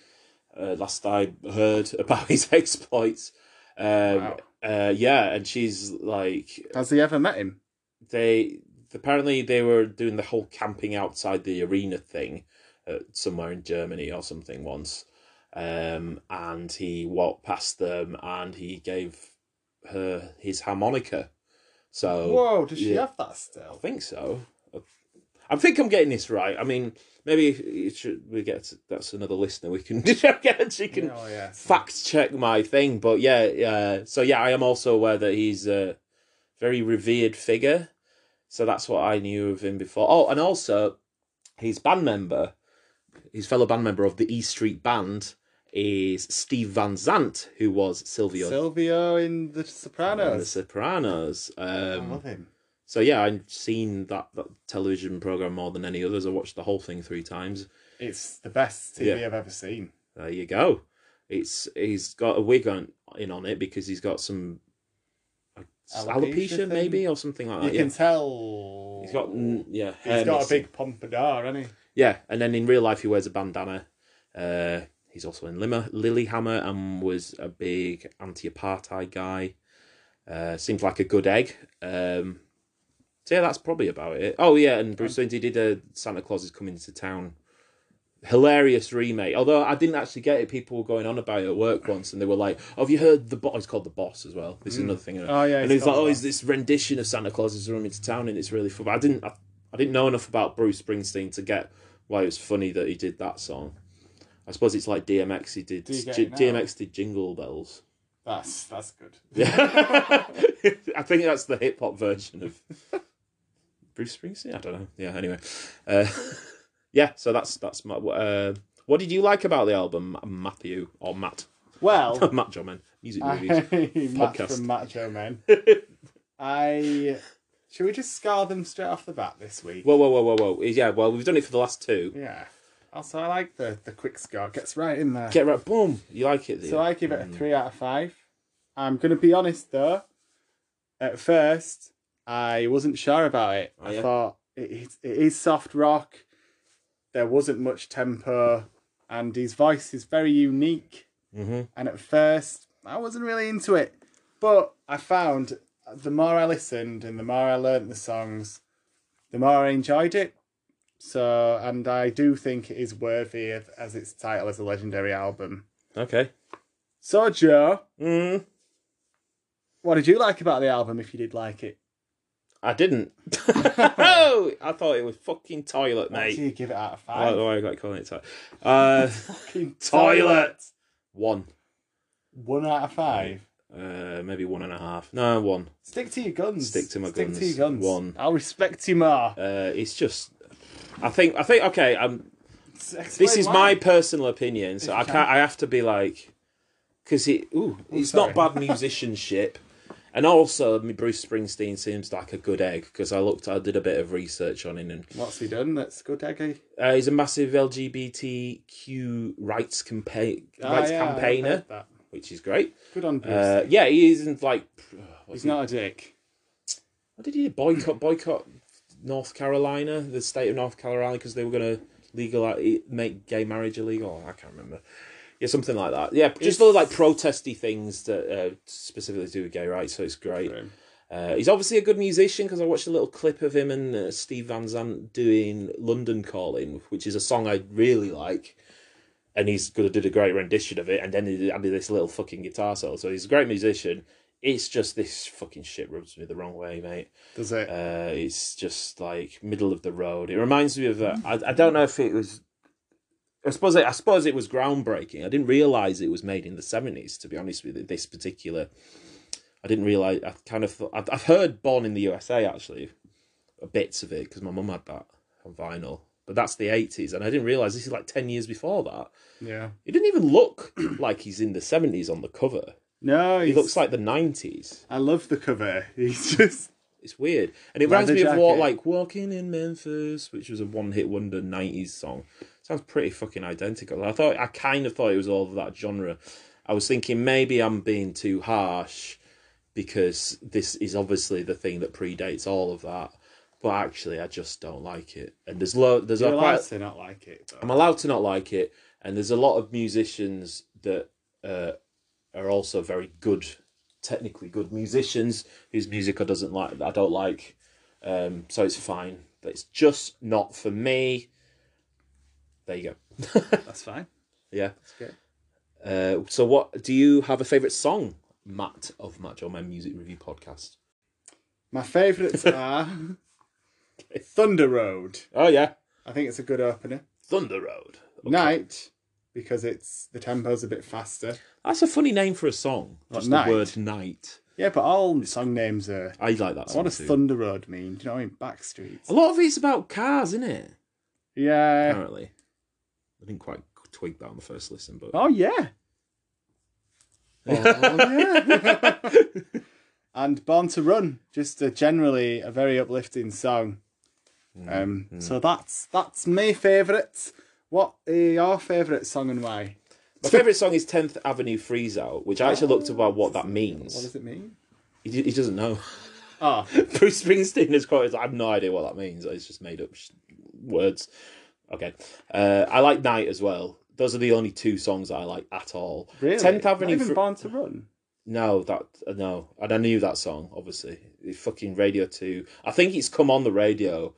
[SPEAKER 2] Uh, last I heard about his exploits. Um,
[SPEAKER 1] Wow.
[SPEAKER 2] uh, yeah, and she's like
[SPEAKER 1] Has he ever met him?
[SPEAKER 2] they apparently they were doing the whole camping outside the arena thing uh, somewhere in Germany or something once. Um, and he walked past them and he gave her his harmonica. So
[SPEAKER 3] Whoa, does she
[SPEAKER 2] yeah.
[SPEAKER 3] have that
[SPEAKER 2] I
[SPEAKER 3] still?
[SPEAKER 2] think so. I think I'm getting this right. I mean, maybe if it should, we get that's another listener. We can she can
[SPEAKER 3] Oh, yeah.
[SPEAKER 2] fact check my thing, but yeah, uh, so yeah, I am also aware that he's a very revered figure, so that's what I knew of him before. Oh, and also, his band member, his fellow band member of the E Street Band, is Steve Van Zant, who was Silvio
[SPEAKER 1] Silvio in The
[SPEAKER 2] in The
[SPEAKER 1] Sopranos.
[SPEAKER 2] Sopranos. Um,
[SPEAKER 1] I love him.
[SPEAKER 2] so yeah, I've seen that, that television program more than any others. I watched the whole thing three times.
[SPEAKER 1] It's the best
[SPEAKER 2] TV
[SPEAKER 1] I've ever seen.
[SPEAKER 2] There you go. It's he's got a wig on in on it because he's got some like, s-
[SPEAKER 1] Alopecia
[SPEAKER 2] alopecia,
[SPEAKER 1] thing?
[SPEAKER 2] maybe or something like
[SPEAKER 1] You can
[SPEAKER 2] that. Ah, Yeah.
[SPEAKER 1] tell.
[SPEAKER 2] He's got mm, yeah.
[SPEAKER 1] He's
[SPEAKER 2] hair
[SPEAKER 1] got a
[SPEAKER 2] missing.
[SPEAKER 1] big pompadour, hasn't he?
[SPEAKER 2] yeah, and then in real life he wears a bandana. Uh, he's also in Lima, Lilyhammer and was a big anti-apartheid guy. Uh, seems like a good egg. Um, so yeah, that's probably about it. Oh yeah, and Bruce Springsteen did a Santa Claus is coming to town. Hilarious remake. Although I didn't actually get it, people were going on about it at work once, and they were like, oh, "Have you heard the boss?" It's called the boss as well. This is another thing.
[SPEAKER 1] Oh, yeah,
[SPEAKER 2] and
[SPEAKER 1] it's
[SPEAKER 2] it's like,
[SPEAKER 1] called The
[SPEAKER 2] "Oh,
[SPEAKER 1] Boss."
[SPEAKER 2] is this rendition of Santa Claus is coming to town?" And it's really fun. But I didn't, I, I didn't know enough about Bruce Springsteen to get why it was funny that he did that song. I suppose it's like DMX. He did
[SPEAKER 1] Do you get
[SPEAKER 2] J-
[SPEAKER 1] it now?
[SPEAKER 2] DMX did Jingle Bells.
[SPEAKER 1] That's that's good.
[SPEAKER 2] Yeah. I think that's the hip hop version of Bruce Springsteen. I don't know. Yeah. Anyway, uh, yeah. So that's that's my. Uh, what did you like about the album, Matthew or Matt?
[SPEAKER 1] Well,
[SPEAKER 2] Matt Joman, music
[SPEAKER 1] Ah.
[SPEAKER 2] movies.
[SPEAKER 1] Matt
[SPEAKER 2] Podcast.
[SPEAKER 1] from Macho Men. I should we just scar them straight off the bat this week?
[SPEAKER 2] Whoa, whoa, whoa, whoa, whoa! Yeah, well, we've done it for the last two.
[SPEAKER 1] yeah. Also, I like the the quick scar. Gets right in there.
[SPEAKER 2] Get right, boom! You like it? do
[SPEAKER 1] So
[SPEAKER 2] you?
[SPEAKER 1] I give it a three out of five. I'm gonna be honest though. At first, I wasn't sure about it.
[SPEAKER 2] Oh,
[SPEAKER 1] I
[SPEAKER 2] yeah?
[SPEAKER 1] thought it, it, it is soft rock. There wasn't much tempo, and his voice is very unique.
[SPEAKER 2] Mhm.
[SPEAKER 1] And at first, I wasn't really into it. But I found the more I listened and the more I learnt the songs, the more I enjoyed it. So, and I do think it is worthy of, as its title as a legendary album.
[SPEAKER 2] Okay.
[SPEAKER 1] So, Joe,
[SPEAKER 2] Mm,
[SPEAKER 1] what did you like about the album if you did like it?
[SPEAKER 2] I didn't. oh, I thought it was fucking toilet,
[SPEAKER 1] What do
[SPEAKER 2] mate.
[SPEAKER 1] you give it out of
[SPEAKER 2] I don't
[SPEAKER 1] five?
[SPEAKER 2] know why I got calling it toilet. Uh,
[SPEAKER 1] Fucking
[SPEAKER 2] toilet. one.
[SPEAKER 1] One out of five.
[SPEAKER 2] Uh, maybe one and a half. No, one.
[SPEAKER 1] Stick to your guns.
[SPEAKER 2] Stick to my guns.
[SPEAKER 1] Stick to your guns.
[SPEAKER 2] One.
[SPEAKER 1] I'll respect you more.
[SPEAKER 2] Uh, it's just, I think, I think, okay, um,
[SPEAKER 1] Explain
[SPEAKER 2] this is
[SPEAKER 1] why.
[SPEAKER 2] my personal opinion, so
[SPEAKER 1] you
[SPEAKER 2] I can't, I have to be like, because it, ooh, it's not
[SPEAKER 1] Oh, sorry.
[SPEAKER 2] bad musicianship. And also, me- Bruce Springsteen seems like a good egg because I looked, I did a bit of research on him, and
[SPEAKER 1] What's he done? That's good, Eggy.
[SPEAKER 2] uh, he's a massive LGBTQ rights campaign,
[SPEAKER 1] Ah,
[SPEAKER 2] rights
[SPEAKER 1] yeah, I've heard
[SPEAKER 2] campaigner,
[SPEAKER 1] that.
[SPEAKER 2] which is great.
[SPEAKER 1] Good on Bruce.
[SPEAKER 2] Uh, yeah, he isn't like,
[SPEAKER 1] He's
[SPEAKER 2] what's he-
[SPEAKER 1] not a dick.
[SPEAKER 2] What did he do? boycott? Boycott North Carolina, the state of North Carolina, because they were going to legalize e-, make gay marriage illegal. I can't remember. Yeah, something like that. Yeah, just all like protesty things that uh, specifically do with gay rights. So it's great. Uh, he's obviously a good musician because I watched a little clip of him and uh, Steve Van Zandt doing London Calling, which is a song I really like. And he's gonna did a great rendition of it, and then he added this little fucking guitar solo. So he's a great musician. It's just this fucking shit rubs me the wrong way, mate.
[SPEAKER 1] Does it?
[SPEAKER 2] Uh, it's just like middle of the road. It reminds me of uh, I, I don't know if it was. I suppose it, I suppose it was groundbreaking. I didn't realize it was made in the seventies. To be honest with you, this particular, I didn't realize. I kind of thought I've, I've heard "Born in the USA" actually, bits of it because my mum had that on vinyl. But that's the eighties, and I didn't realize this is like ten years before that.
[SPEAKER 1] yeah.
[SPEAKER 2] He didn't even look like he's in the seventies on the cover.
[SPEAKER 1] No,
[SPEAKER 2] He looks like the nineties.
[SPEAKER 1] I love the cover. He's just.
[SPEAKER 2] It's weird, and it
[SPEAKER 1] Leather
[SPEAKER 2] reminds me of what
[SPEAKER 1] jacket.
[SPEAKER 2] like "Walking in Memphis," which was a one-hit wonder '90s song. Sounds pretty fucking identical. I thought I kind of thought it was all of that genre. I was thinking maybe I'm being too harsh, because this is obviously the thing that predates all of that. But actually, I just don't like it. And there's lo- there's
[SPEAKER 1] You're
[SPEAKER 2] a
[SPEAKER 1] allowed
[SPEAKER 2] quite,
[SPEAKER 1] to not like it. though.
[SPEAKER 2] I'm allowed to not like it, and there's a lot of musicians that uh, are also very good, technically good musicians whose music I doesn't like. I don't like, um, so it's fine. But it's just not for me. There you go.
[SPEAKER 1] That's fine.
[SPEAKER 2] yeah.
[SPEAKER 1] okay.
[SPEAKER 2] Uh, so, what do you have a favorite song, Matt of Matt Joe Man Music Review Podcast?
[SPEAKER 1] My favourites are Thunder Road.
[SPEAKER 2] Oh yeah,
[SPEAKER 1] I think it's a good opener.
[SPEAKER 2] Thunder Road.
[SPEAKER 1] Night because it's the tempo's a bit faster.
[SPEAKER 2] That's a funny name for a song. Just
[SPEAKER 1] night?
[SPEAKER 2] the word night.
[SPEAKER 1] Yeah, but all song names are.
[SPEAKER 2] I like that song
[SPEAKER 1] What does
[SPEAKER 2] too.
[SPEAKER 1] Thunder Road mean? Do you know what I mean? Backstreets.
[SPEAKER 2] a lot of it's about cars, isn't it?
[SPEAKER 1] Yeah.
[SPEAKER 2] apparently. I didn't quite twig that on the first listen, but
[SPEAKER 1] Oh yeah. Oh, yeah. and Born to Run, just a generally a very uplifting song.
[SPEAKER 2] Mm,
[SPEAKER 1] Um, So that's that's my favourite. What are your favourite song and why?
[SPEAKER 2] my favourite song is Tenth Avenue Freeze Out, which I actually looked about what that means.
[SPEAKER 1] What does it mean?
[SPEAKER 2] He, he doesn't know.
[SPEAKER 1] Oh,
[SPEAKER 2] Bruce Springsteen is quoted. I have no idea what that means. It's just made up sh- words. Okay, uh, I like Night as well. Those are the only two songs that I like at all.
[SPEAKER 1] really?
[SPEAKER 2] Tenth
[SPEAKER 1] Not
[SPEAKER 2] Avenue.
[SPEAKER 1] even
[SPEAKER 2] Fr-
[SPEAKER 1] Born to Run.
[SPEAKER 2] no, that uh, no, and I knew that song. Obviously, It fucking Radio Two. I think it's come on the radio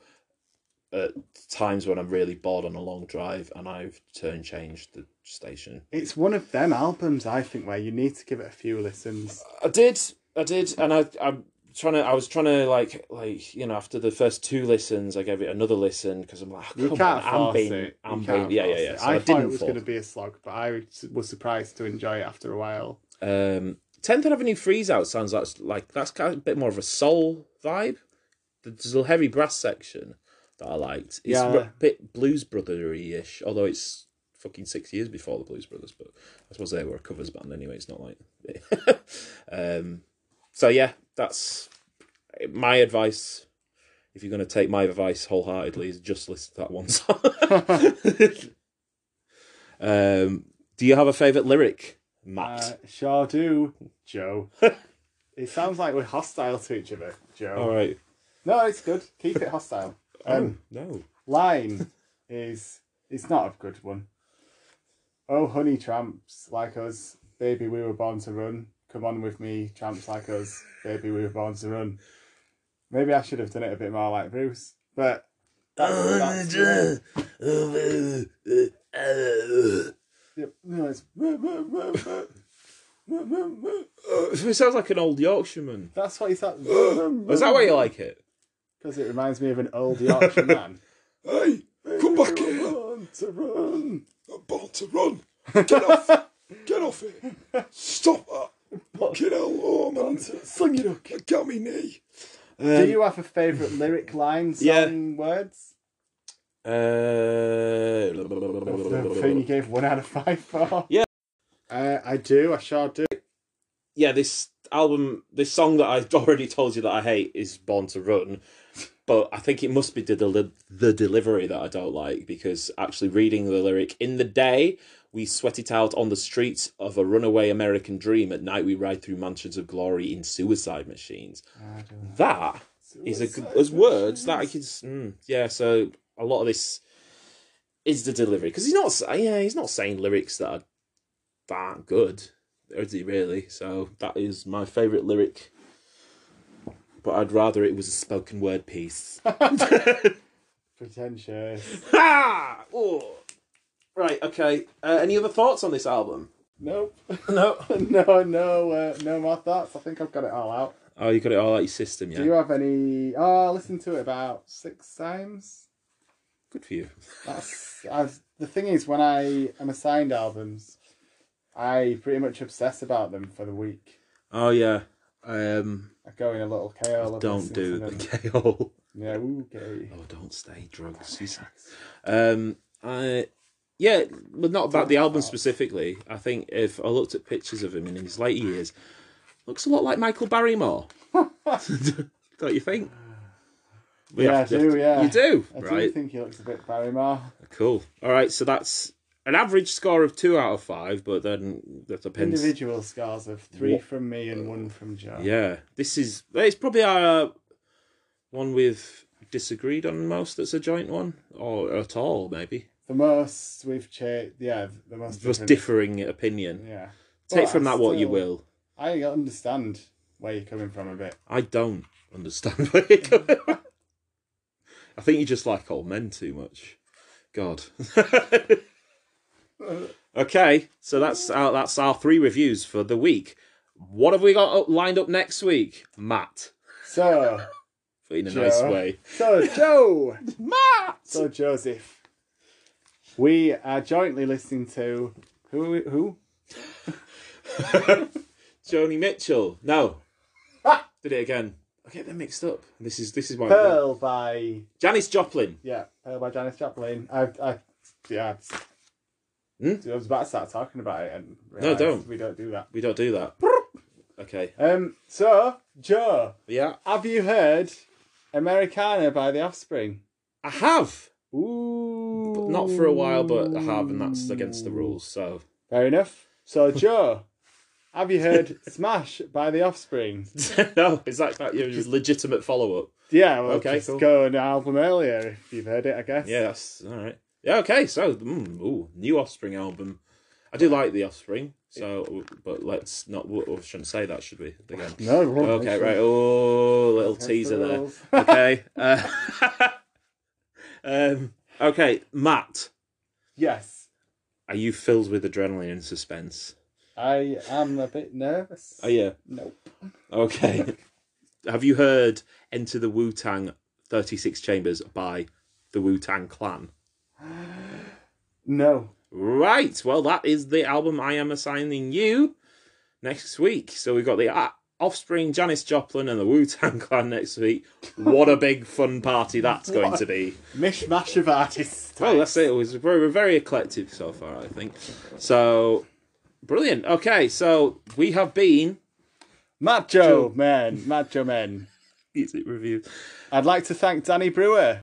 [SPEAKER 2] at times when I'm really bored on a long drive, and I've turn changed the station.
[SPEAKER 1] It's one of them albums I think where you need to give it a few listens.
[SPEAKER 2] I did, I did, and I, I'm trying to. I was trying to like, like you know, after the first two listens, I gave it another listen because I'm like, "Oh,
[SPEAKER 1] You
[SPEAKER 2] come
[SPEAKER 1] can't
[SPEAKER 2] on,
[SPEAKER 1] force
[SPEAKER 2] I'm being,
[SPEAKER 1] it. You
[SPEAKER 2] I'm being,
[SPEAKER 1] can't
[SPEAKER 2] yeah, yeah,
[SPEAKER 1] force
[SPEAKER 2] yeah.
[SPEAKER 1] it.
[SPEAKER 2] So I,
[SPEAKER 1] I, thought
[SPEAKER 2] didn't.
[SPEAKER 1] it was
[SPEAKER 2] force
[SPEAKER 1] going to be a slog, but I was surprised to enjoy it after a while.
[SPEAKER 2] Um, Tenth Avenue Freeze Out sounds like like that's kind of a bit more of a soul vibe. There's a heavy brass section that I liked. It's
[SPEAKER 1] Yeah.
[SPEAKER 2] a bit Blues Brothery ish, although it's fucking six years before the Blues Brothers. But I suppose they were a covers band anyway. It's not like, um, so yeah, that's my advice. If you're going to take my advice wholeheartedly, is just listen to that one song. um, do you have a favorite lyric, Matt?
[SPEAKER 1] Uh, sure do, Joe. it sounds like we're hostile to each other, Joe.
[SPEAKER 2] All right. Oh.
[SPEAKER 1] No, it's good. Keep it hostile. Um,
[SPEAKER 2] No.
[SPEAKER 1] line is it's not a good one. Oh, honey, tramps like us, baby, we were born to run. Come on with me, tramps like us, baby, we were born to run. Maybe I should have done it a bit more like Bruce, but that's, that's
[SPEAKER 2] it
[SPEAKER 1] Yep. No, it's
[SPEAKER 2] sounds like an old Yorkshireman.
[SPEAKER 1] that's what he's at.
[SPEAKER 2] Is that why you like it?
[SPEAKER 1] Because it reminds me of an old Yorkshire man.
[SPEAKER 2] Hey, come back here!
[SPEAKER 1] Run to run.
[SPEAKER 2] I'm born to run. Get off! Get off here! Stop that! Fucking hell, oh man!
[SPEAKER 1] Sing it up.
[SPEAKER 2] I got me knee.
[SPEAKER 1] Do you have a favourite lyric line, song,
[SPEAKER 2] Yeah.
[SPEAKER 1] words? The thing you
[SPEAKER 2] Uh,
[SPEAKER 1] gave one out of five for.
[SPEAKER 2] Yeah.
[SPEAKER 1] Uh, I do. I sure do.
[SPEAKER 2] yeah, this album, this song that I've already told you that I hate is "Born to Run," but I think it must be the deli- the delivery that I don't like because actually reading the lyric in the day we sweat it out on the streets of a runaway American dream. At night we ride through mansions of glory in suicide machines. That is a good as words that I could s- mm, yeah. So a lot of this is the delivery because he's not s- yeah he's not saying lyrics that are that good is he really? So that is my favourite lyric. But I'd rather it was a spoken word piece.
[SPEAKER 1] Pretentious.
[SPEAKER 2] ha! Oh. Right. Okay. Uh, any other thoughts on this album?
[SPEAKER 1] Nope.
[SPEAKER 2] No.
[SPEAKER 1] no, no, uh, no more thoughts. I think I've got it all out.
[SPEAKER 2] Oh, you got it all out your system, yeah.
[SPEAKER 1] Do you have any? Oh, I listened to it about six times.
[SPEAKER 2] Good for you.
[SPEAKER 1] That's I've, the thing is when I am assigned albums, I pretty much obsess about them for the week.
[SPEAKER 2] Oh yeah. Um.
[SPEAKER 1] I go in a little KO. of
[SPEAKER 2] Don't
[SPEAKER 1] listening
[SPEAKER 2] do
[SPEAKER 1] to
[SPEAKER 2] the
[SPEAKER 1] them.
[SPEAKER 2] KO.
[SPEAKER 1] Yeah, okay.
[SPEAKER 2] Oh, don't stay drugs. Jesus. Um, I, yeah, but not about the album specifically. I think if I looked at pictures of him in his later years, looks a lot like Michael Barrymore. Don't you think? We
[SPEAKER 1] Yeah,
[SPEAKER 2] have
[SPEAKER 1] I do, yeah.
[SPEAKER 2] You do,
[SPEAKER 1] I do
[SPEAKER 2] right?
[SPEAKER 1] think he looks a bit Barrymore.
[SPEAKER 2] Cool. All right, so that's an average score of two out of five, but then that depends.
[SPEAKER 1] Individual scars of three
[SPEAKER 2] What- Uh,
[SPEAKER 1] from me and one from Joe.
[SPEAKER 2] Yeah, this is it's probably our uh, one we've disagreed on most. That's a joint one, or at all maybe.
[SPEAKER 1] The most we've changed. Yeah, the most.
[SPEAKER 2] Just
[SPEAKER 1] different-
[SPEAKER 2] differing opinion.
[SPEAKER 1] Yeah.
[SPEAKER 2] Take
[SPEAKER 1] But
[SPEAKER 2] from
[SPEAKER 1] I
[SPEAKER 2] that what you
[SPEAKER 1] still-
[SPEAKER 2] will.
[SPEAKER 1] I understand where you're coming from a bit.
[SPEAKER 2] I don't understand where you're coming. from. I think you just like old men too much. God. okay, so that's our, that's our three reviews for the week. What have we got up, lined up next week, Matt?
[SPEAKER 1] So,
[SPEAKER 2] In a nice
[SPEAKER 1] Joe.
[SPEAKER 2] way,
[SPEAKER 1] so Joe,
[SPEAKER 2] Matt.
[SPEAKER 1] so Joseph, we are jointly listening to who? are we- Who?
[SPEAKER 2] Joni Mitchell. No,
[SPEAKER 1] Ah!
[SPEAKER 2] did it again. I get them mixed up. This is this is why.
[SPEAKER 1] Pearl by
[SPEAKER 2] Janis Joplin.
[SPEAKER 1] yeah, Pearl by Janis Joplin. I, I yeah.
[SPEAKER 2] Hmm?
[SPEAKER 1] I was about to start talking about it and realised
[SPEAKER 2] don't.
[SPEAKER 1] we don't do that.
[SPEAKER 2] We don't do that. Okay.
[SPEAKER 1] Um. So Joe,
[SPEAKER 2] Yeah,
[SPEAKER 1] have you heard Americana by The Offspring?
[SPEAKER 2] I have.
[SPEAKER 1] Ooh.
[SPEAKER 2] But not for a while, but I have, and that's against the rules. So
[SPEAKER 1] Fair enough. So Joe, have you heard Smash by The Offspring?
[SPEAKER 2] no, is that, that your legitimate follow up?
[SPEAKER 1] Yeah, well,
[SPEAKER 2] Okay,
[SPEAKER 1] just
[SPEAKER 2] cool.
[SPEAKER 1] go an album earlier if you've heard it, I guess.
[SPEAKER 2] Yeah, that's all right. Yeah, okay. So, mm, ooh, new Offspring album. I do like the Offspring. So, but let's not. We we shouldn't say that, should we? Again.
[SPEAKER 1] No.
[SPEAKER 2] Okay, right. Oh, little teaser there. Okay. Uh, um, okay, Matt.
[SPEAKER 1] yes,
[SPEAKER 2] Are you filled with adrenaline and suspense?
[SPEAKER 1] I am a bit nervous.
[SPEAKER 2] Oh yeah.
[SPEAKER 1] Nope.
[SPEAKER 2] Okay. Have you heard "Enter the Wu Tang" Thirty Six Chambers by the Wu Tang Clan?
[SPEAKER 1] No.
[SPEAKER 2] Right. Well, that is the album I am assigning you next week. So we've got the uh, Offspring, Janis Joplin, and the Wu Tang Clan next week. What a big fun party that's going to be!
[SPEAKER 1] Mishmash of artists.
[SPEAKER 2] Well, that's it. It was very, we're very eclectic so far, I think. So, brilliant. Okay, so we have been.
[SPEAKER 1] Macho men. Macho men.
[SPEAKER 2] Music review.
[SPEAKER 1] I'd like to thank Danny Brewer